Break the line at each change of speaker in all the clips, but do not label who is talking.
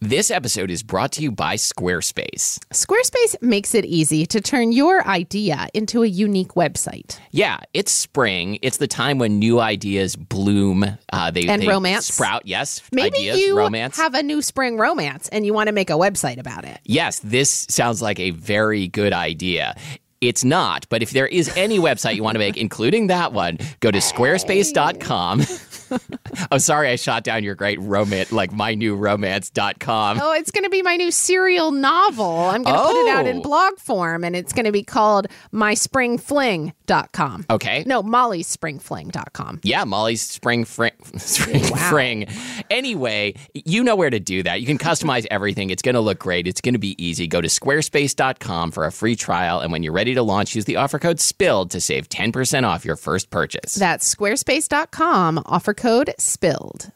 This episode is brought to you by Squarespace.
Squarespace makes it easy to turn your idea into a unique website.
Yeah, it's spring. It's the time when new ideas bloom. Uh, they
And
they
romance.
sprout. Yes,
Maybe
ideas,
you
romance.
have a new spring romance and you want to make a website about it.
yes, this sounds like a very good idea. It's not, but if there is any website you want to make, including that one, go to squarespace.com. oh, sorry, I shot down your great romance, like mynewromance.com.
Oh, it's going to be my new serial novel. I'm going to put it out in
Oh.
blog form and it's going to be called myspringfling.com.
Okay.
No, mollyspringfling.com.
Yeah, Molly's spring fring. Spring fring. Anyway, you know where to do that. You can customize everything. It's going to look great. It's going to be easy. Go to squarespace.com for a free trial. And when you're ready to launch, use the offer code SPILLED to save 10% off your first purchase.
That's squarespace.com, offer code spilled.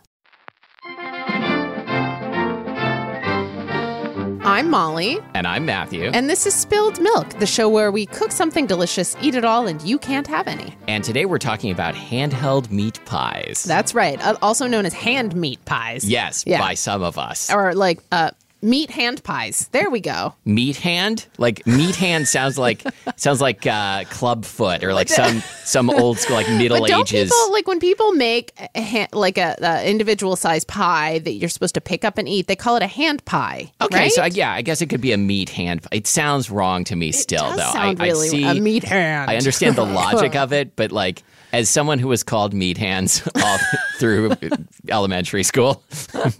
I'm Molly,
and I'm Matthew.
and this is Spilled Milk, the show where we cook something delicious, eat it all, and you can't have any.
and today we're talking about handheld meat pies.
That's right, uh, also known as hand meat pies.
yes,
Yeah.
by some of us.
Or like uh, meat hand pies. There we go.
meat hand like meat hand sounds like sounds like uh club foot or like some some old school like middle
But don't
ages
people like when people make a hand, like a, a individual size pie that you're supposed to pick up and eat? They call it a hand pie.
Okay,
right?
so I, yeah, I guess it could be a meat hand. It sounds wrong to me still,
Does
though.
sound
I,
really
I see.
a meat hand.
I understand the logic of it, but like as someone who was called meat hands all through elementary school,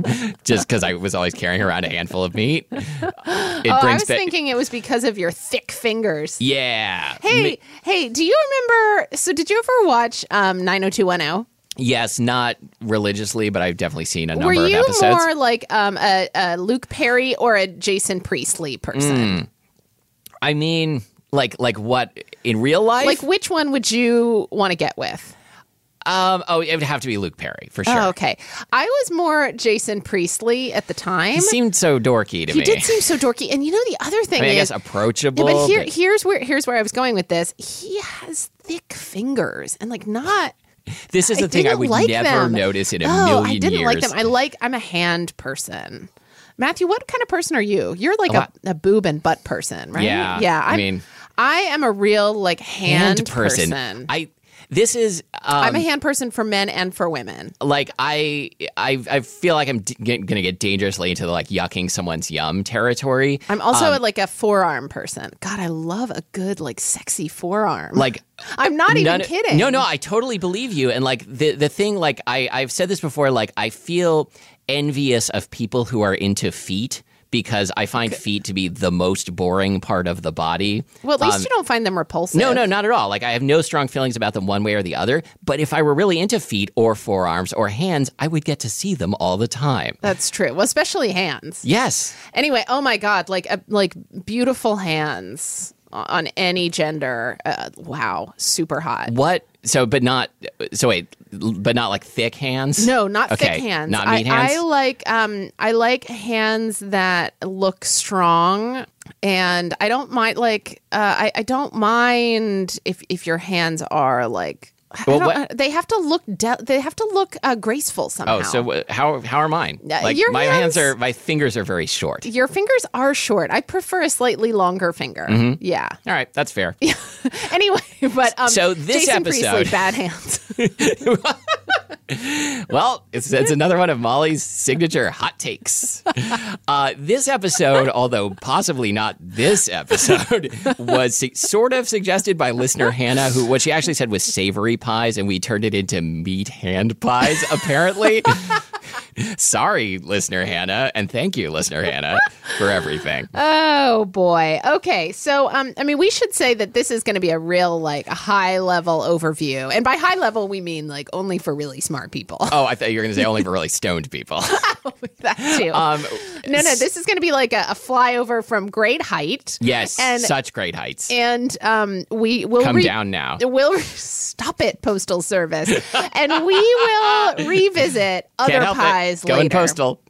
just because I was always carrying around a handful of meat, it
Oh, I
brings
was
back.
thinking it was because of your thick fingers.
yeah.
Hey,
Me-
hey, do you remember? So, did you ever watch um, 90210?
yes, not religiously, but I've definitely seen a
Were
number of
you
episodes.
more like um, a, a Luke Perry or a Jason Priestley
Mm.
person?
I mean, like, like what in real life?
Like, which one would you want to get with?
um, oh, it would have to be Luke Perry for sure.
Oh, okay. I was more Jason Priestley at the time.
He seemed so dorky to
He
me.
did seem so dorky. And you know the other thing
I mean, I
is
guess approachable.
Yeah, but here,
but
here's where here's where I was going with this. He has thick fingers and like not.
this is the
I
thing I
didn't
would
like
never
them.
notice in a
oh,
million
I didn't
years.
like them. I like I'm a hand person. Matthew, what kind of person are you? You're like a,
lot.
a boob and butt person, right?
Yeah,
yeah.
I
I'm-
mean-
I am a real like hand,
hand person.
person.
I. This is um,
I'm a hand person for men and for women.
like I, I I feel like I'm d- get, gonna get dangerously into the like yucking someone's yum territory.
I'm also
um,
like a forearm person. God, I love a good like sexy forearm.
like
I'm not even
None-
kidding.
No, no, I totally believe you. And like the the thing, like I I've said this before, like I feel envious of people who are into feet because I find feet to be the most boring part of the body.
Well, at least you don't find them repulsive.
Um, No, no, not at all. Like I have no strong feelings about them one way or the other. But if I were really into feet or forearms or hands, I would get to see them all the time.
That's true. Well, especially hands.
Yes.
Anyway, oh my god, like uh, like beautiful hands on any gender. Uh, wow, super hot.
What? So, but not. So wait, but not like thick hands.
No, not
okay.
thick hands.
Not
I,
meat hands.
I like um I like hands that look strong and I don't mind like uh, I, I don't mind if if your hands are like I
Well,
don't-
what-
they have to look. De- they have to look uh, graceful somehow.
Oh, so wh- how how are mine?
Uh,
Like
your
my
hands-
hands are my fingers are very short.
your fingers are short. I prefer a slightly longer finger.
Mm-hmm.
Yeah.
All right, that's fair.
Anyway, but um,
So this
Jason Priestley,
episode-
bad hands.
Well, it's, it's another one of Molly's signature hot takes. Uh, this episode, although possibly not this episode, was su- sort of suggested by listener Hannah, who what she actually said was savory pies, and we turned it into meat hand pies, apparently. Sorry, listener Hannah, and thank you, listener Hannah, for everything.
oh boy. Okay. So um, I mean, we should say that this is going to be a real like high level overview, and by high level we mean like only for really smart people.
Oh, I thought you were going to say only for really stoned people.
that too.
Um,
no, no. This is going to be like a, a flyover from great height.
yes,
And-
such great heights.
And um, we will
Come
re-
down now.
We'll stop it, Postal Service, and we will revisit other
Can't help
pies
it. Going
later.
postal.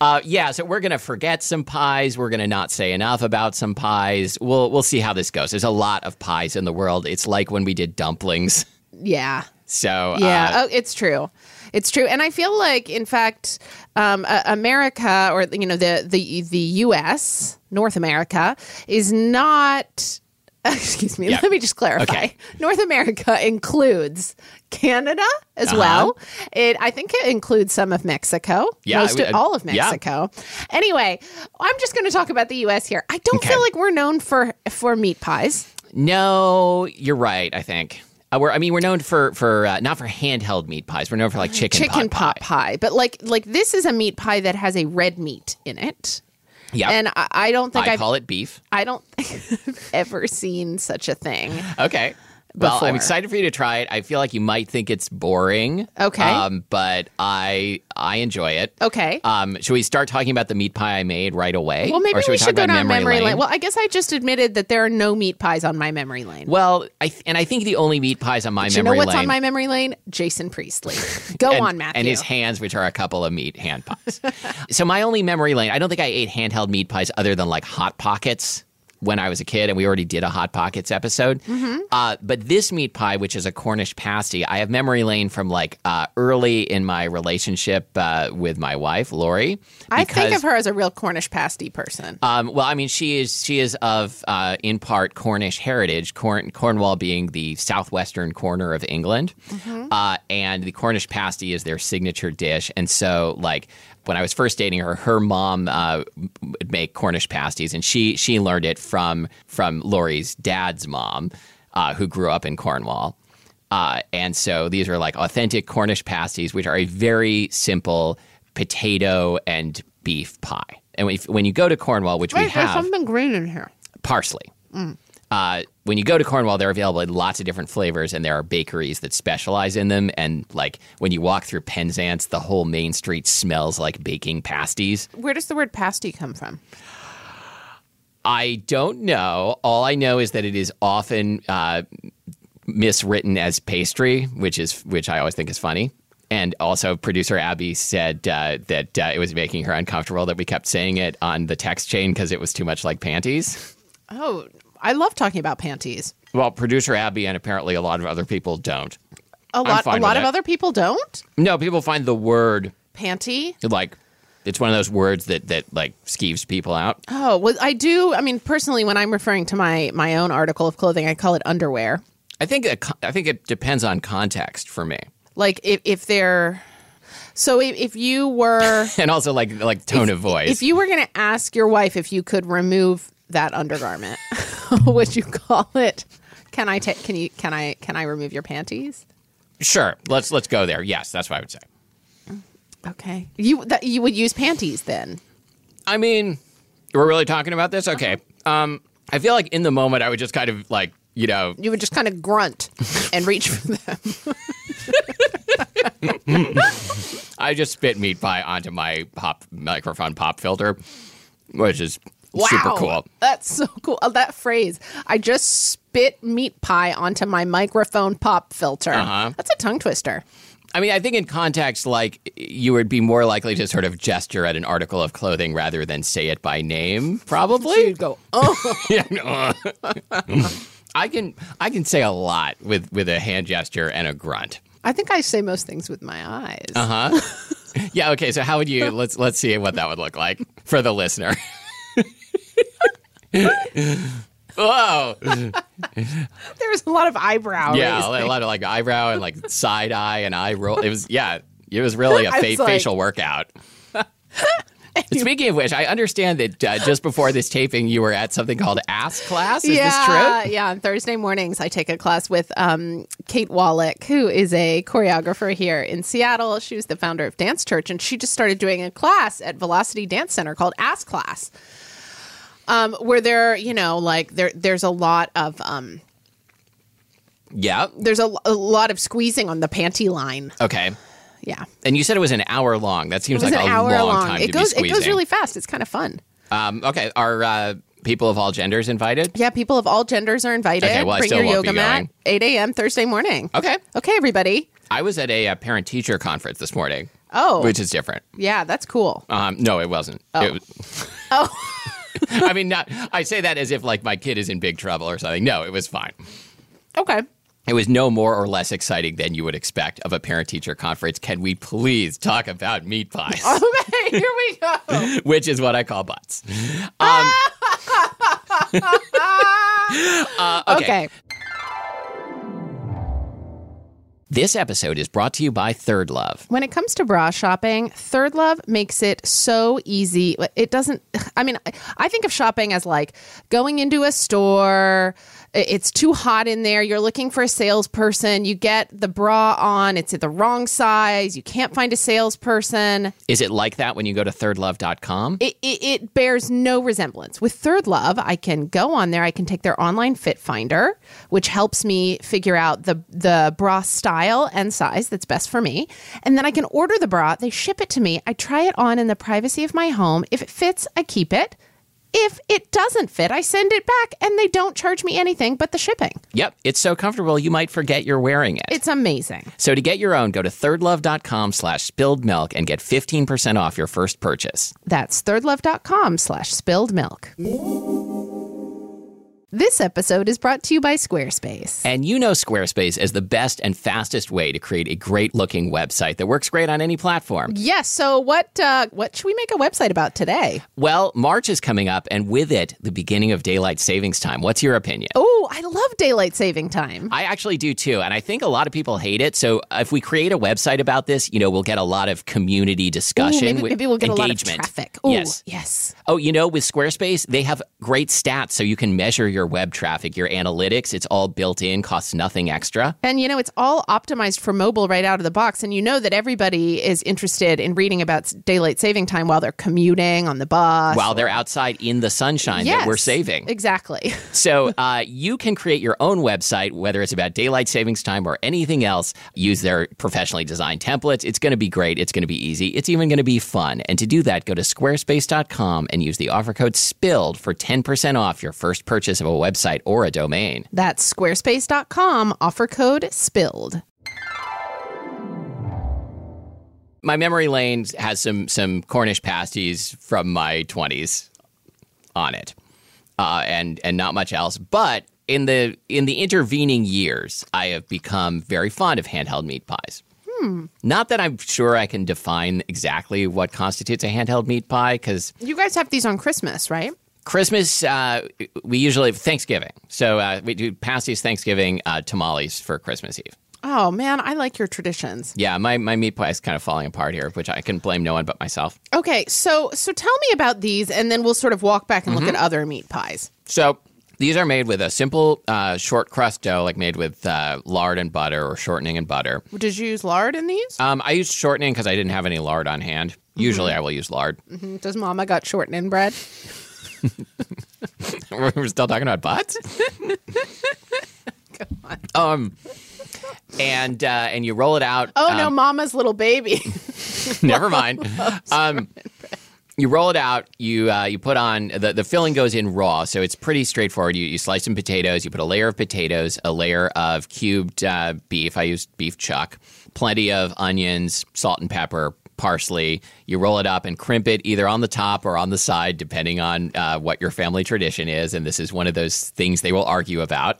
Uh, yeah, so we're gonna forget some pies. We're gonna not say enough about some pies. We'll we'll see how this goes. There's a lot of pies in the world. It's like when we did dumplings.
Yeah,
So
yeah.
uh,
oh, it's true. It's true, and I feel like, in fact, um, uh, America, or you know, the the the U.S. North America is not. Excuse me.
Yeah.
Let me just clarify.
Okay.
North America includes Canada as
Uh-huh.
well. It, I think, it includes some of Mexico.
Yeah,
most
I-
of, all of
I- yeah.
Mexico. Mexico. Anyway, I'm just going to talk about the U.S. here. I don't
Okay.
feel like we're known for for meat pies.
no, you're right. I think uh, we're. I mean, we're known for for uh, not for handheld meat pies. We're known for like chicken
Chicken pot
pot
pie. but like like this is a meat pie that has a red meat in it,
pie. Yeah,
and I, I don't think
I
I've,
call it beef.
I don't think I've ever seen such a thing.
Okay. Well,
Before.
I'm excited for you to try it. I feel like you might think it's boring.
Okay.
Um, but I I enjoy it.
Okay.
Um, should we start talking about the meat pie I made right away?
well, maybe
Or
we, should
talk
go
about
down memory, lane. Well, I guess I just admitted that there are no meat pies on my memory lane.
Well, I th- and I think the only meat pies on my
Do you know
memory
what's
lane
on my memory lane? Jason Priestley. Go
and,
on, Matthew.
and his hands, which are a couple of meat hand pies. so my only memory lane, I don't think I ate handheld meat pies other than like hot pockets when I was a kid, and we already did a hot pockets episode.
Mm-hmm.
Uh, but this meat pie, which is a Cornish pasty, I have memory lane from like uh, early in my relationship uh, with my wife, Lori.
I think
because-
of her as a real Cornish pasty person.
Um, well, I mean, she is she is of uh, in part Cornish heritage. Corn, Cornwall being the southwestern corner of England, uh, and the Cornish pasty is their signature dish. And so, like when I was first dating her, her mom uh, would make Cornish pasties, and she she learned it from from Laurie's dad's mom, uh, who grew up in Cornwall. Uh, and so these are like authentic Cornish pasties, which are a very simple potato and beef pie. And if, when you go to Cornwall, which we
Wait, there's
have,
something green in here.
parsley. Uh, when you go to Cornwall, they're available in lots of different flavors, and there are bakeries that specialize in them. And like when you walk through Penzance, the whole main street smells like baking pasties.
Where does the word pasty come from?
I don't know. All I know is that it is often uh, miswritten as pastry, which is which I always think is funny. And also, producer Abby said uh, that uh, it was making her uncomfortable that we kept saying it on the text chain because it was too much like panties.
Oh, I love talking about panties.
Well, producer Abby and apparently a lot of other people don't.
A lot, a
fine
lot
with
of
it.
other people don't
No, people find the word
panty.
like it's one of those words that that like skeeves people out.
Oh, well, I do. I mean, personally, when I'm referring to my my own article of clothing, I call it underwear.
I think a, I think it depends on context for me,
Like if if they're so if, if you were
and also like like tone of voice.
if you were going to ask your wife if you could remove that undergarment, would you call it? Can I take? Can you? Can I? Can I remove your panties?
Sure. Let's let's go there. Yes, that's what I would say.
Okay, you that, you would use panties then.
I mean, we're really talking about this? Okay. Um I feel like in the moment I would just kind of like, you know,
you would just kind of grunt and reach for them.
I just spit meat pie onto my pop microphone pop filter, which is
Wow,
super cool.
That's so cool. Oh, that phrase. I just spit meat pie onto my microphone pop filter.
Uh-huh.
That's a tongue twister.
I mean, I think in context, like you would be more likely to sort of gesture at an article of clothing rather than say it by name, probably.
You'd go, oh,
Yeah, no. I can I can say a lot with with a hand gesture and a grunt.
I think I say most things with my eyes.
Uh huh. yeah. Okay. So how would you? Let's let's see what that would look like for the listener. Whoa.
There was a lot of eyebrow.
Yeah,
raised.
a lot of like eyebrow and like side eye and eye roll. It was yeah, it was really a
I
fa-
was like-
facial workout. And Speaking of which, I understand that uh, just before this taping, you were at something called Ass Class. Is this
yeah,
true?
yeah. On Thursday mornings, I take a class with um, Kate Wallach, who is a choreographer here in Seattle. She was the founder of Dance Church, and she just started doing a class at Velocity Dance Center called Ass Class, um, where there, you know, like there, there's a lot of um,
Yeah.
there's a, a lot of squeezing on the panty line.
Okay.
Yeah,
And you said it was an hour long. That seems
it was
like
an
a
hour
long,
long.
time
it
to
goes,
be
it
squeezing.
goes really fast. It's kind of fun.
um, okay. Are uh, people of all genders invited?
Yeah, people of all genders are invited.
Okay, well, I
Bring
still
your
won't be
yoga mat,
going.
8
Oh.
a.m. Thursday morning.
Okay.
Okay, everybody.
I was at a, uh parent teacher conference this morning,
Oh,
which is different.
yeah, that's cool.
Um, no, it wasn't. It was,
Oh,
I mean, not. I say that as if like my kid is in big trouble or something. No, it was fine.
okay.
It was no more or less exciting than you would expect of a parent teacher conference. Can we please talk about meat pies,
Okay, here we go.
which is what I call butts? Um, uh,
Okay.
This episode is brought to you by Third Love.
When it comes to bra shopping, Third Love makes it so easy. It doesn't, I mean, I- I think of shopping as like going into a store, i- it's too hot in there, you're looking for a salesperson, you get the bra on, it's at the wrong size, you can't find a salesperson.
Is it like that when you go to thirdlove.com?
it, it, it bears no resemblance. With Third Love, I can go on there. I can take their online fit finder, which helps me figure out the the bra style and size that's best for me. And then I can order the bra. They ship it to me. I try it on in the privacy of my home. If it fits, I keep it. If it doesn't fit, I send it back, and they don't charge me anything but the shipping.
Yep, it's so comfortable you might forget you're wearing it.
It's amazing.
So to get your own, go to thirdlove.com slash spilled milk and get 15% off your first purchase.
That's thirdlove.com slash spilled milk. This episode is brought to you by Squarespace.
And you know Squarespace as the best and fastest way to create a great looking website that works great on any platform.
Yes. So what uh, what should we make a website about today?
Well, March is coming up and with it, the beginning of daylight savings time. What's your opinion?
Oh, I love daylight saving time.
I actually do too. And I think a lot of people hate it. So if we create a website about this, you know, we'll get a lot of community
Ooh,
discussion.
maybe,
with-
maybe we'll get a lot
engagement.
of traffic. Ooh,
yes.
Yes.
Oh, you know, with Squarespace, they have great stats so you can measure your web traffic, your analytics. It's all built in, costs nothing extra.
And you know, it's all optimized for mobile right out of the box. And you know that everybody is interested in reading about s- daylight saving time while they're commuting on the bus.
While they're outside in the sunshine that
Yes,
we're saving.
Exactly.
So uh, you can create your own website, whether it's about daylight savings time or anything else. Use their professionally designed templates. It's going to be great. It's going to be easy. It's even going to be fun. And to do that, go to squarespace.com and use the offer code SPILLED for 10% off your first purchase of a website or a domain.
That's squarespace.com, offer code spilled.
My memory lane has some, some Cornish pasties from my 20s on it. uh, and and not much else. But in the in the intervening years, I have become very fond of handheld meat pies. Not that I'm sure I can define exactly what constitutes a handheld meat pie, because
You guys have these on Christmas, right?
Christmas uh, we usually Thanksgiving, so uh, we do pasties Thanksgiving, uh, tamales for Christmas Eve.
Oh man, I like your traditions.
Yeah, my my meat pie is kind of falling apart here, which I can blame no one but myself.
Okay, so so tell me about these, and then we'll sort of walk back and look at other meat pies.
So these are made with a simple uh, short crust dough, like made with uh, lard and butter or shortening and butter.
Did you use lard in these?
Um, I used shortening because I didn't have any lard on hand. Usually, I will use lard.
Mm, Does Mama got shortening bread?
We're still talking about butts. Um, and uh, and you roll it out.
Oh
um,
no, Mama's little baby.
Never mind. Um, you roll it out. You uh, you put on the the filling goes in raw, so it's pretty straightforward. You you slice some potatoes. You put a layer of potatoes, a layer of cubed uh, beef. I used beef chuck. Plenty of onions, salt and pepper, parsley. You roll it up and crimp it either on the top or on the side, depending on uh, what your family tradition is. And this is one of those things they will argue about.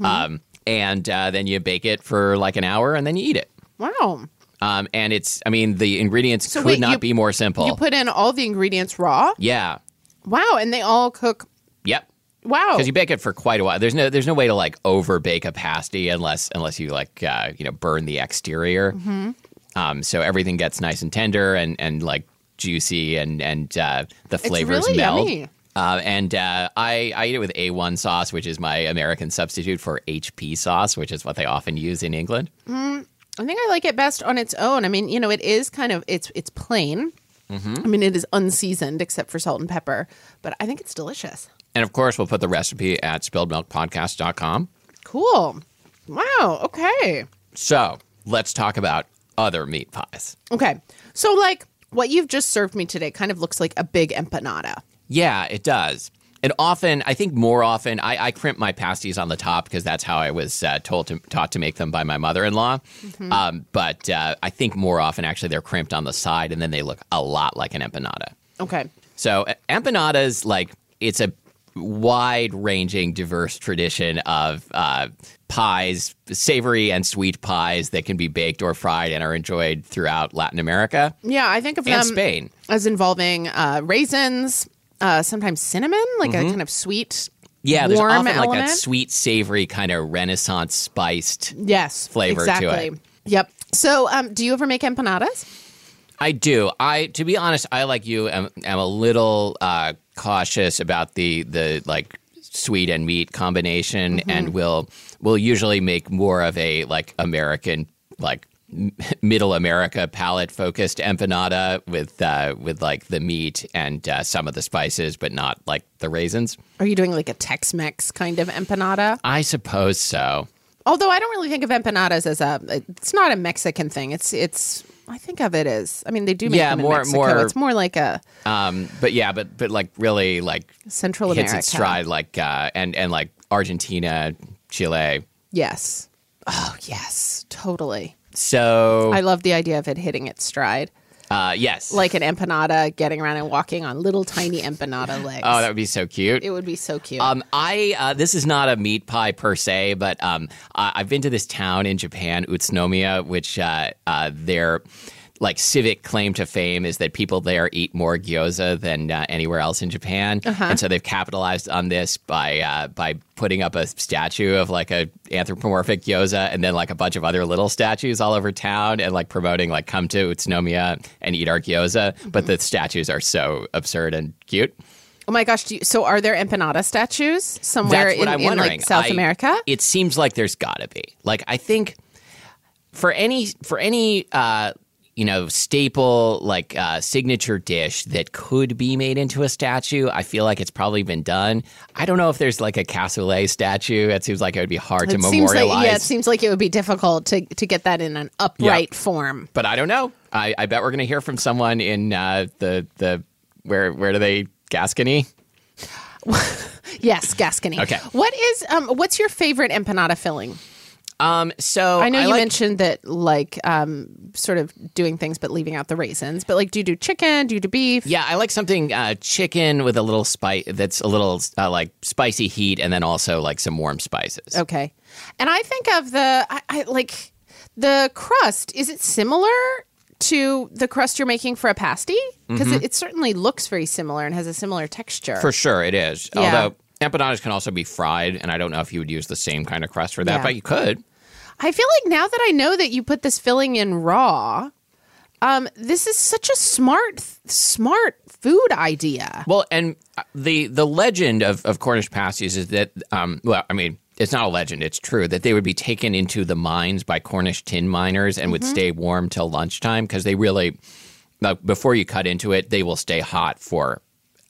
Um, and uh, then you bake it for like an hour and then you eat it.
Wow.
Um, and it's, I mean, the ingredients could
wait,
not
you-
be more simple.
You put in all the ingredients raw.
yeah.
Wow, and they all cook.
Yep.
Wow.
Because you bake it for quite a while. There's no there's no way to like over bake a pasty unless unless you like uh, you know burn the exterior.
Mm-hmm.
Um, so everything gets nice and tender and and like juicy and and uh, the flavors
really
meld.
yummy.
Uh, and uh, I I eat it with A1 sauce, which is my American substitute for HP sauce, which is what they often use in England.
I think I like it best on its own. I mean, you know, it is kind of it's it's plain.
Mm-hmm.
I mean, it is unseasoned except for salt and pepper, but I think it's delicious.
And of course, we'll put the recipe at spilledmilkpodcast.com.
Cool. Wow. Okay.
So let's talk about other meat pies.
Okay. So like what you've just served me today kind of looks like a big empanada.
Yeah, it does. And often, I think more often, I, I crimp my pasties on the top because that's how I was uh, told to, taught to make them by my mother in law. Um, but uh, I think more often, actually, they're crimped on the side and then they look a lot like an empanada.
Okay.
So uh, empanadas, like it's a wide-ranging, diverse tradition of uh, pies, savory and sweet pies that can be baked or fried and are enjoyed throughout Latin America
Yeah, I think of
and
them
Spain.
as involving uh, raisins, uh, sometimes cinnamon, like
Mm-hmm.
a kind of sweet,
Yeah, there's
warm
often
element.
like that sweet, savory kind of Renaissance spiced.
yes,
flavor to
exactly.
it.
Yep. So, um, do you ever make empanadas?
I do. I, to be honest, I like you am, am a little uh, cautious about the the like sweet and meat combination,
Mm-hmm.
and will will usually make more of a like American like m- middle America palate focused empanada with uh, with like the meat and uh, some of the spices, but not like the raisins.
Are you doing like a Tex-Mex kind of empanada?
I suppose so.
Although I don't really think of empanadas as a. It's not a Mexican thing. It's it's. I think of it as. I mean, they do make
Yeah,
them
more-
in Mexico.
more-
it's more like a
Um, but yeah, but but like really like
Central
hits
America.
its stride like uh, and and like Argentina, Chile.
Yes. Oh yes, totally.
So
I love the idea of it hitting its stride,
uh, yes,
like an empanada getting around and walking on little tiny empanada legs.
oh, that would be so cute.
it would be so cute.
Um, I uh, this is not a meat pie per se, but um, I, I've been to this town in Japan, Utsunomiya, which uh, uh, their like civic claim to fame is that people there eat more gyoza than uh, anywhere else in Japan, and so they've capitalized on this by uh, by putting up a statue of like a anthropomorphic gyoza, and then like a bunch of other little statues all over town, and like promoting like come to Utsunomiya and eat our gyoza. But the statues are so absurd and cute.
oh my gosh! Do you, so, are there empanada statues somewhere
That's what
in,
I'm
in,
wondering.
like South
I-
America?
It seems like there's got to be. Like I think for any for any uh, you know staple like uh, signature dish that could be made into a statue, I feel like it's probably been done. I don't know if there's like a cassoulet statue. It seems like it would be hard to
It seems like
memorialize.
yeah, it seems like it would be difficult to to get that in an upright form.
but I don't know. I, I bet we're going to hear from someone in uh, the the where where do they Gascony?
Yes, Gascony.
Okay.
What is um what's your favorite empanada filling?
Um, so
I know you
like-
mentioned that like um sort of doing things but leaving out the raisins. But like do you do chicken? Do you do beef?
Yeah, I like something uh, chicken with a little spice that's a little uh, like spicy heat, and then also like some warm spices.
Okay. And I think of the I, I like the crust, is it similar to the crust you're making for a pasty? Because it, it certainly looks very similar and has a similar texture.
For sure, it is.
Yeah.
Although empanadas can also be fried, and I don't know if you would use the same kind of crust for that,
Yeah.
but you could.
I feel like now that I know that you put this filling in raw, um, this is such a smart, smart food idea.
Well, and uh, the the legend of, of Cornish pasties is that um, well, I mean, it's not a legend; it's true that they would be taken into the mines by Cornish tin miners and would
Mm-hmm.
stay warm till lunchtime because they really, like, before you cut into it, they will stay hot for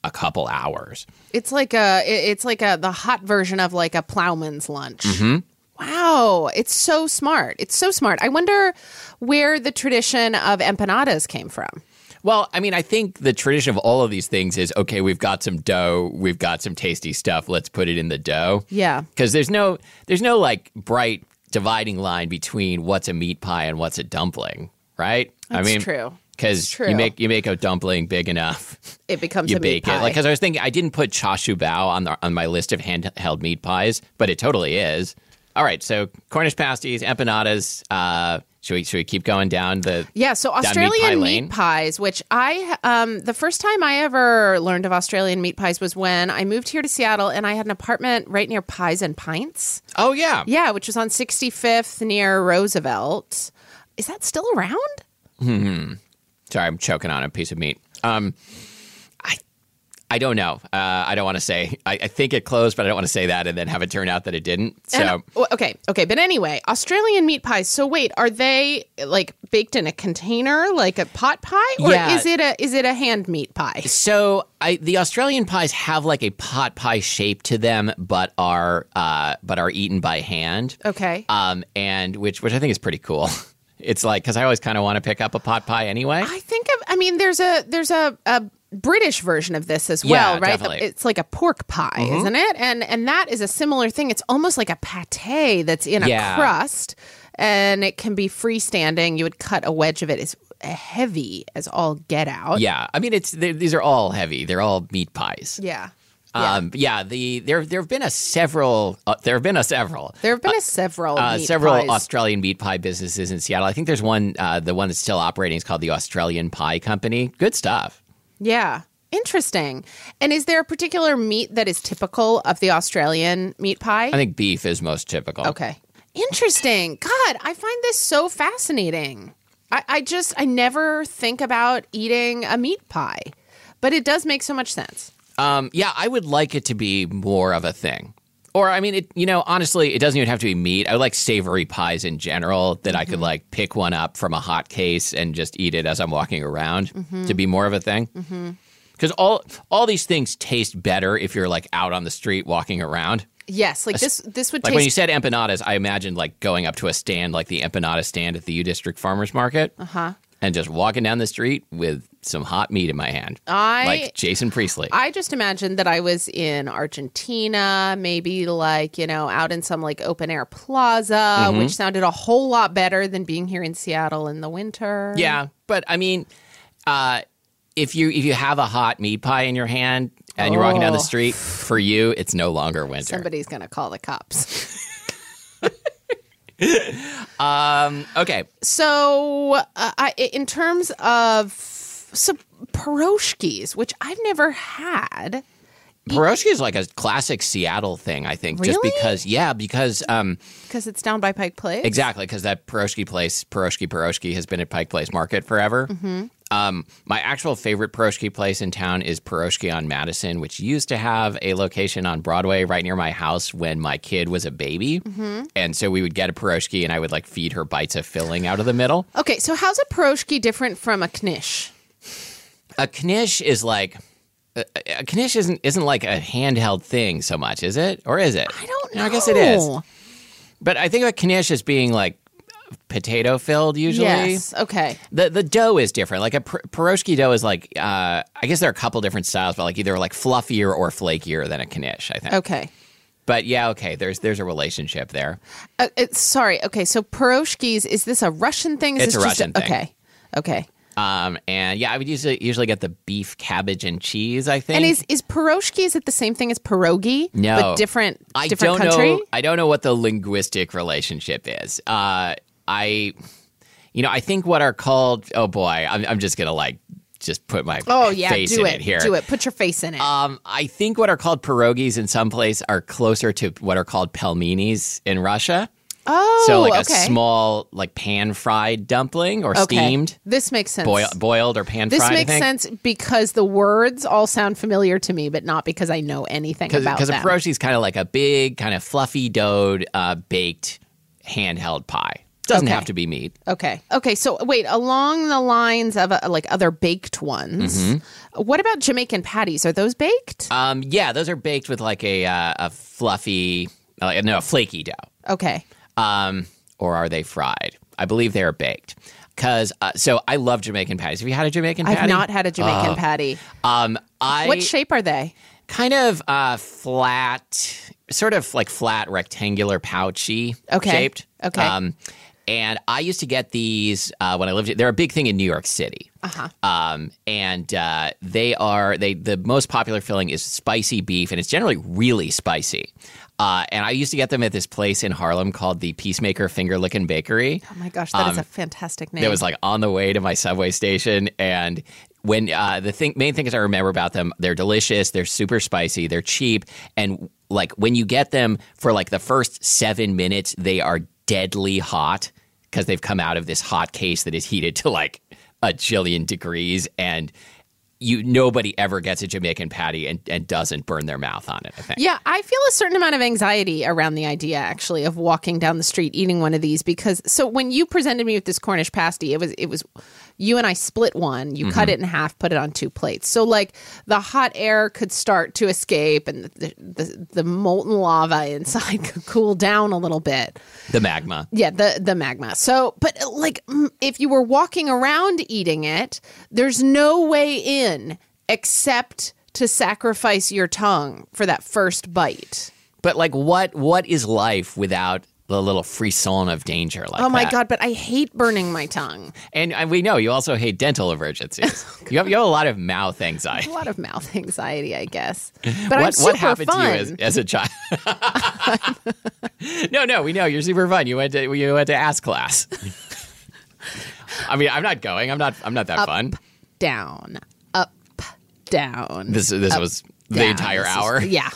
a couple hours.
It's like a, it- it's like a the hot version of like a plowman's lunch. Wow, it's so smart. It's so smart. I wonder where the tradition of empanadas came from.
Well, I mean, I think the tradition of all of these things is okay, we've got some dough, we've got some tasty stuff, let's put it in the dough.
Yeah.
Cuz there's no there's no like bright dividing line between what's a meat pie and what's a dumpling, right?
That's true.
because
true.
you make you make a dumpling big enough,
It becomes
you
a meat
bake it.
pie.
Like because I was thinking, I didn't put chashu bao on the on my list of handheld meat pies, but it totally is. All right, so Cornish pasties, empanadas. Uh, should we should we keep going down the?
Yeah, so
meat
Australian
pie
meat,
lane.
pies, which I um, the first time I ever learned of Australian meat pies was when I moved here to Seattle and I had an apartment right near Pies and Pints.
Oh yeah,
Yeah, which was on 65th near Roosevelt. Is that still around?
Sorry, I'm choking on a piece of meat. Um, I, I don't know. Uh, I don't want to say. I, I think it closed, but I don't want to say that and then have it turn out that it didn't. So
And- well, okay, okay, but anyway, Australian meat pies. So wait, are they like baked in a container like a pot pie or
Yeah.
is it a is it a hand meat pie?
So I, the Australian pies have like a pot pie shape to them, but are uh, but are eaten by hand.
Okay.
Um, and which which I think is pretty cool. It's like because I always kind of want to pick up a pot pie anyway.
I think of. I mean, there's a there's a, a British version of this as
Yeah,
well, right?
definitely. Mm-hmm.
It's like a pork pie, isn't it? And and that is a similar thing. It's almost like a pate that's in
Yeah.
a crust, and it can be freestanding. You would cut a wedge of it. It's heavy as all get out.
yeah, I mean it's they- these are all heavy. They're all meat pies.
yeah.
Um, yeah. The there there have been a several uh, there have been a several.
There have been a several
uh,
meat
several
pies.
Australian meat pie businesses in Seattle. I think there's one, uh, the one that's still operating is called the Australian Pie Company. Good stuff.
yeah. Interesting. And is there a particular meat that is typical of the Australian meat pie?
I think beef is most typical.
Okay. Interesting. God, I find this so fascinating. I, I just, I never think about eating a meat pie, but it does make so much sense.
Um, yeah, I would like it to be more of a thing. Or I mean, it, you know, honestly, it doesn't even have to be meat. I would like savory pies in general that I
Mm-hmm.
could like pick one up from a hot case and just eat it as I'm walking around
Mm-hmm.
to be more of a thing. Because all all these things taste better if you're like out on the street walking around.
Yes, like this, this would
Like
taste.
when you said empanadas, I imagined like going up to a stand like the empanada stand at the U District Farmers Market. Uh-huh. And just walking down the street with some hot meat in my hand.
I-
like Jason Priestley.
I just imagined that I was in Argentina, maybe like, you know, out in some like open air plaza,
Mm-hmm.
which sounded a whole lot better than being here in Seattle in the winter.
yeah. But I mean, uh, if you if you have a hot meat pie in your hand and you're walking down the
Oh.
street, for you it's no longer winter.
Somebody's going to call the cops.
Okay.
So, uh, I, in terms of so pierogies, which I've never had,
Pierogi is like a classic Seattle thing, I think. Just
Really?
because yeah, because um
because it's down by Pike Place.
Exactly, because that pierogi place, pierogi pierogi, has been at Pike Place Market forever.
Mm-hmm.
Um, my actual favorite pierogi place in town is Pierogi on Madison, which used to have a location on Broadway right near my house when my kid was a baby,
Mm-hmm.
and so we would get a pierogi and I would like feed her bites of filling out of the middle.
Okay, so how's a pierogi different from a knish?
A knish is like. A a knish isn't isn't like a handheld thing so much, is it? Or is it?
I don't know.
I guess it is. But I think of a knish as being like potato filled usually.
Yes. Okay.
The the dough is different. Like a pir- pierogi dough is like uh, I guess there are a couple different styles, but like either like fluffier or flakier than a knish. I think.
Okay.
But yeah, okay. There's there's a relationship there.
Uh, it, sorry. Okay. So pierogies is this a Russian thing? Is
It's
this
a
just
Russian thing.
Okay. Okay.
Um, and yeah, I would usually usually get the beef, cabbage, and cheese. I think.
And is is pierogi is it the same thing as pierogi?
No.
but different.
I
different
don't
country?
know. I don't know what the linguistic relationship is. Uh, I, you know, I think what are called. Oh boy, I'm I'm just gonna like just put my
Oh yeah,
face
do
in
it.
it here.
Do it. Put your face in it.
Um, I think what are called pierogies in some place are closer to what are called pelmenis in Russia.
oh,
so like
okay.
a small, like pan fried dumpling or
Okay.
steamed,
This makes sense.
boil, boiled or pan
This
fried.
makes
I think.
sense because the words all sound familiar to me, but not because I know anything about
because a
them.
pierogi is kind of like a big, kind of fluffy, doughed, uh, baked, handheld pie. Doesn't
Okay.
have to be meat.
okay. Okay. So wait, along the lines of uh, like other baked ones,
Mm-hmm.
what about Jamaican patties? Are those baked?
Um, yeah, those are baked with like a uh, a fluffy, uh, no, a flaky dough.
okay.
um, or are they fried? I believe they are baked. Cause uh, so I love Jamaican patties. Have you had a Jamaican patty?
I've not had a Jamaican patty.
Um, I
What shape are they?
kind of uh, flat, sort of like flat, rectangular, pouchy
Okay.
shaped.
Okay.
Um, And I used to get these uh, when I lived. They're a big thing in New York City.
Uh-huh.
Um, and uh, they are they the most popular filling is spicy beef, and it's generally really spicy. Uh, and I used to get them at this place in Harlem called the Peacemaker Finger Lickin' Bakery.
Oh my gosh,
Um,
that is a fantastic name.
It was like on the way to my subway station, and when uh, the thing, main thing is I remember about them, they're delicious, they're super spicy, they're cheap, and like when you get them for like the first seven minutes, they are deadly hot because they've come out of this hot case that is heated to like a jillion degrees, and you nobody ever gets a Jamaican patty and, and doesn't burn their mouth on it. I think.
Yeah, I feel a certain amount of anxiety around the idea actually of walking down the street eating one of these because so when you presented me with this Cornish pasty, it was it was you and I split one, you cut it in half, put it on two plates. So like the hot air could start to escape and the the, the molten lava inside could cool down a little bit.
The magma.
Yeah, the the magma. So, but uh, like mm, if you were walking around eating it, there's no way in except to sacrifice your tongue for that first bite.
But like, what what is life without the little frisson of danger? Like,
Oh my
that?
god, but I hate burning my tongue.
And, and we know you also hate dental emergencies. you, have, you have a lot of mouth anxiety.
A lot of mouth anxiety, I guess. But I'm
What,
super
what happened
fun.
to you as, as a child? no, no, we know you're super fun. You went to you went to ass class. I mean, I'm not going. I'm not. I'm not that fun.
down, up, down.
This this was the
down.
entire
This is-
hour.
yeah.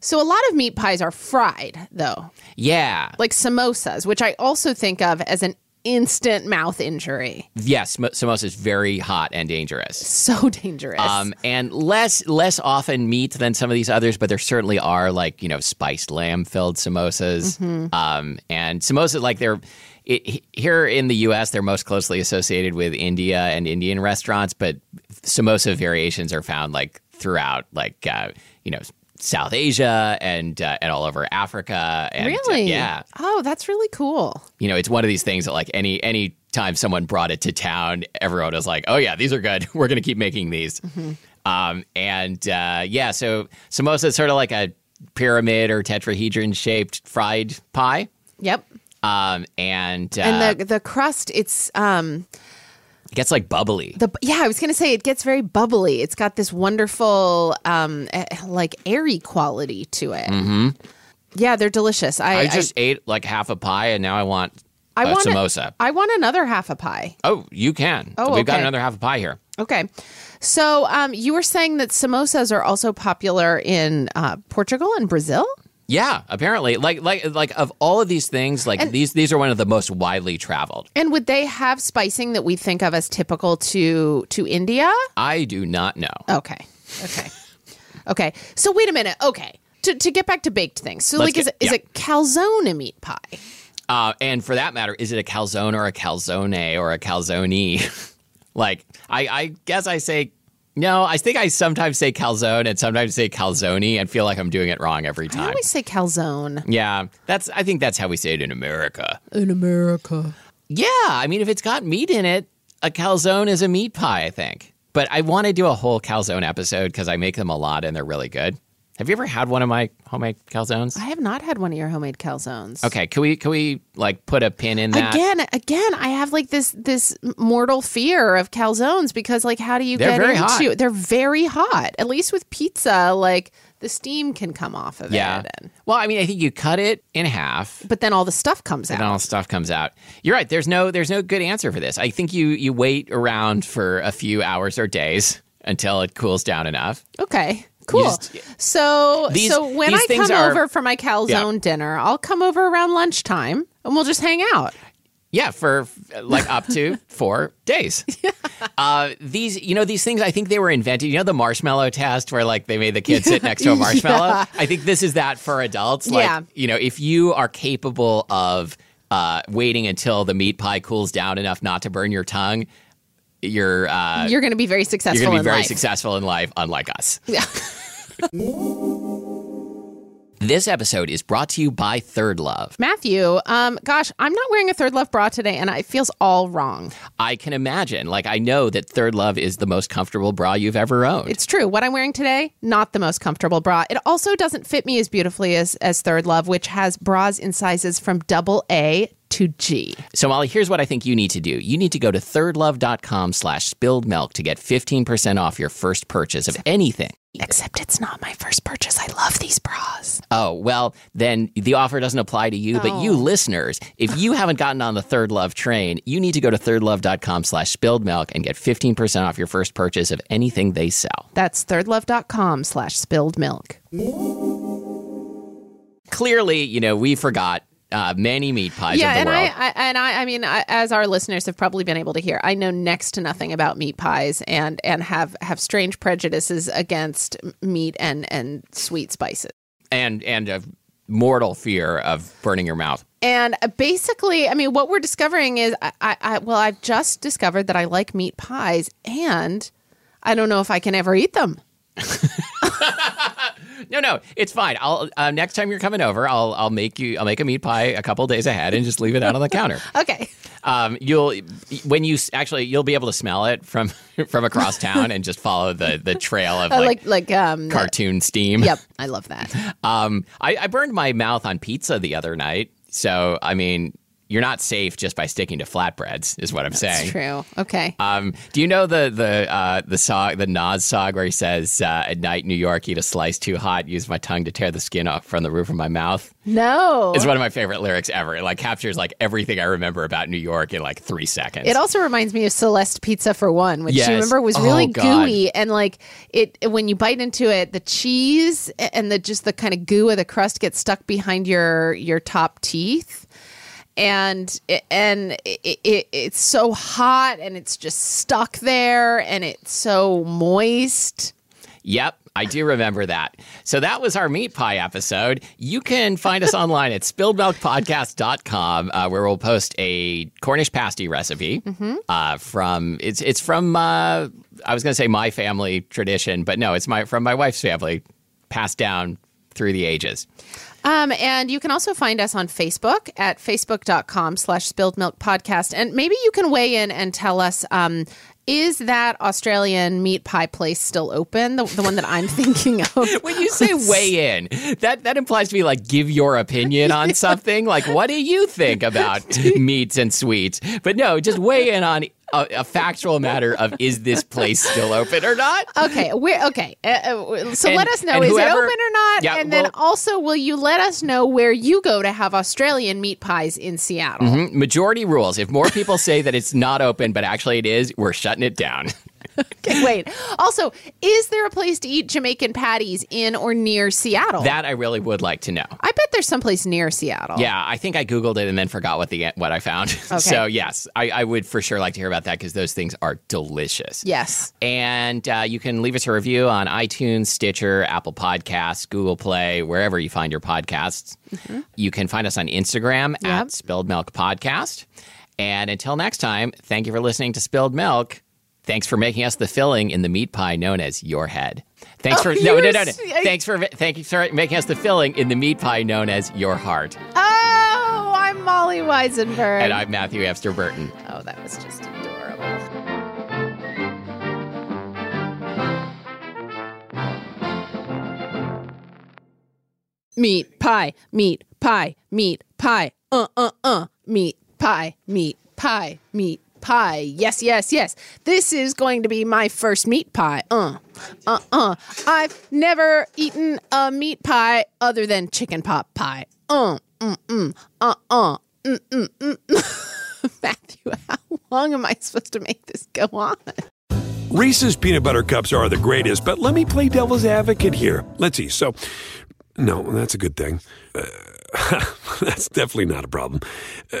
So a lot of meat pies are fried though.
Yeah.
like samosas, which I also think of as an instant mouth injury.
Yes. Sam- Samosa is very hot and dangerous.
So dangerous.
Um, and less less often meat than some of these others, but there certainly are like you know spiced lamb filled samosas. Um, and samosas like they're it, he- here in the U.S. they're most closely associated with India and Indian restaurants, but samosa variations are found like throughout like uh, you know South Asia and uh, and all over Africa. And, uh,
really?
yeah
Oh, that's really cool.
you know, it's one of these things that like any any time someone brought it to town, everyone was like, "Oh yeah, these are good. We're gonna keep making these."
Mm-hmm.
Um, and uh, yeah, so samosa is sort of like a pyramid or tetrahedron shaped fried pie.
Yep.
Um, and uh,
And the the crust, it's um
it gets like bubbly.
the yeah, I was gonna say it gets very bubbly. It's got this wonderful um eh, like airy quality to it. Mm-hmm. Yeah, they're delicious. I
I just ate like half a pie, and now I want
I
a
want a-
samosa.
I want another half a pie.
oh, you can.
Oh,
We've got
okay.
another half a pie here.
Okay. So um, you were saying that samosas are also popular in uh, Portugal and Brazil?
Yeah, apparently, like like like of all of these things, like these these are one of the most widely traveled.
And would they have spicing that we think of as typical to to India?
I do not know.
Okay. Okay. okay. So wait a minute. Okay. To, to get back to baked things. So
Let's
like
get-
is, is
yeah.
a calzone a meat pie?
Uh, and for that matter, is it a calzone or a calzone or a calzone? like, I, I guess I say no. I think I sometimes say calzone and sometimes say calzone, and feel like I'm doing it wrong every
I
time.
always say calzone.
Yeah, that's. I think that's how we say it in America.
In America.
Yeah, I mean, if it's got meat in it, a calzone is a meat pie. I think. But I want to do a whole calzone episode because I make them a lot and they're really good. Have you ever had one of my homemade calzones?
I have not had one of your homemade calzones.
Okay, can we can we like put a pin in that?
Again, again, I have like this this mortal fear of calzones because like how do you
They're
get
very
into
hot.
they're very hot. At least with pizza, like the steam can come off of
Yeah.
it. And,
Well, I mean, I think you cut it in half,
but then all the stuff comes out.
and all the stuff comes out. You're right. There's no there's no good answer for this. I think you you wait around for a few hours or days until it cools down enough.
Okay. Cool.
just-
so
These-
so when
these
I
things
come
are-
over for my calzone dinner, I'll come over around lunchtime and we'll just hang out.
Yeah, for f- like up to four days. Uh, these, you know, these things. I think they were invented. You know, the marshmallow test, where like they made the kids sit next to a marshmallow.
Yeah.
I think this is that for adults. Like,
Yeah.
you know, if you are capable of uh, waiting until the meat pie cools down enough not to burn your tongue, you're uh,
You're going to be very successful
you're going to
in
be very
life.
successful in life, unlike us.
Yeah.
This episode is brought to you by Third Love.
Matthew, um, gosh, I'm not wearing a third love bra today and it feels all wrong.
I can imagine, like, I know that Third Love is the most comfortable bra you've ever owned.
It's true. What I'm wearing today, not the most comfortable bra. It also doesn't fit me as beautifully as as Third Love, which has bras in sizes from double A to G.
So Molly, here's what I think you need to do. You need to go to thirdlove.com slash spilled milk to get 15% off your first purchase of anything.
Except it's not my first purchase. I love these bras.
Oh, well, then the offer doesn't apply to you, but
Oh.
you listeners, if you haven't gotten on the Third Love train, you need to go to thirdlove.com slash spilled milk and get 15% off your first purchase of anything they sell.
That's thirdlove.com slash spilled milk.
Clearly, you know, we forgot uh, many meat pies
yeah,
of
and
the world.
I, I and I, I mean, I, as our listeners have probably been able to hear, I know next to nothing about meat pies, and and have have strange prejudices against m- meat and and sweet spices.
and, and a mortal fear of burning your mouth.
And uh, basically, I mean, what we're discovering is, I, I, I well, I've just discovered that I like meat pies, and I don't know if I can ever eat them.
No, no, it's fine. I'll uh, next time you're coming over, I'll I'll make you I'll make a meat pie a couple days ahead and just leave it out on the counter.
Okay,
Um, you'll when you s- actually you'll be able to smell it from from across town and just follow the the trail of
I
like,
like like um,
cartoon steam.
yep, I love that.
Um, I, I burned my mouth on pizza the other night, so I mean you're not safe just by sticking to flatbreads, is what I'm saying.
It's true. Okay.
Um, do you know the the uh, the song, the Nas song, where he says, uh, "At night, New York, eat a slice too hot, use my tongue to tear the skin off from the roof of my mouth."
no.
It's one of my favorite lyrics ever. It like captures like everything I remember about New York in like three seconds.
It also reminds me of Celeste Pizza for One, which
Yes.
you remember was
Oh,
really
God.
gooey and like it when you bite into it, the cheese and the just the kind of goo of the crust gets stuck behind your your top teeth. And and it, it, it's so hot and it's just stuck there and it's so moist.
Yep, I do remember that. So that was our meat pie episode. You can find us online at spilledmilkpodcast.com, uh, where we'll post a Cornish pasty recipe uh, from it's it's from uh, I was going to say my family tradition, but no, it's my from my wife's family, passed down through the ages.
Um, and you can also find us on Facebook at facebook.com slash spilled milk podcast. And maybe you can weigh in and tell us um, is that Australian meat pie place still open? The, the one that I'm thinking of.
When you say weigh in, that that implies to me like give your opinion on something. Like, what do you think about meats and sweets? But no, just weigh in on a, a factual matter of is this place still open or not?
Okay, we're okay. Uh, Uh, so
And-
let us know
and
is
whoever-
it open or not,
Yeah,
and then
well-
also will you let us know where you go to have Australian meat pies in Seattle?
Mm-hmm. Mm, Majority rules. If more people say that it's not open, but actually it is, we're shutting it down.
Okay, wait. Also, is there a place to eat Jamaican patties in or near Seattle?
That I really would like to know.
I bet there's someplace near Seattle.
Yeah, I think I googled it and then forgot what the what I found. So yes, I, I would for sure like to hear about that because those things are delicious.
Yes.
And uh, you can leave us a review on iTunes, Stitcher, Apple Podcasts, Google Play, wherever you find your podcasts. You can find us on Instagram at Spilled Milk Podcast. And until next time, thank you for listening to Spilled Milk. Thanks for making us the filling in the meat pie known as your head. Thanks for no,
you
no
were
no no.
s- I-
Thanks for thank you for making us the filling in the meat pie known as your heart.
Oh, I'm Molly Weisenberg.
And I'm Matthew Epster Burton.
oh, that was just adorable. Meat pie, meat pie, meat pie. Uh, uh, uh. Meat pie, meat pie, meat pie. Yes, yes, yes. This is going to be my first meat pie. Uh, uh, uh. I've never eaten a meat pie other than chicken pot pie. Uh, mm, mm. Uh, uh. Mm, mm, mm. Matthew, how long am I supposed to make this go on?
Reese's peanut butter cups are the greatest, but let me play devil's advocate here. Let's see. So, no, that's a good thing. Uh, that's definitely not a problem. Uh,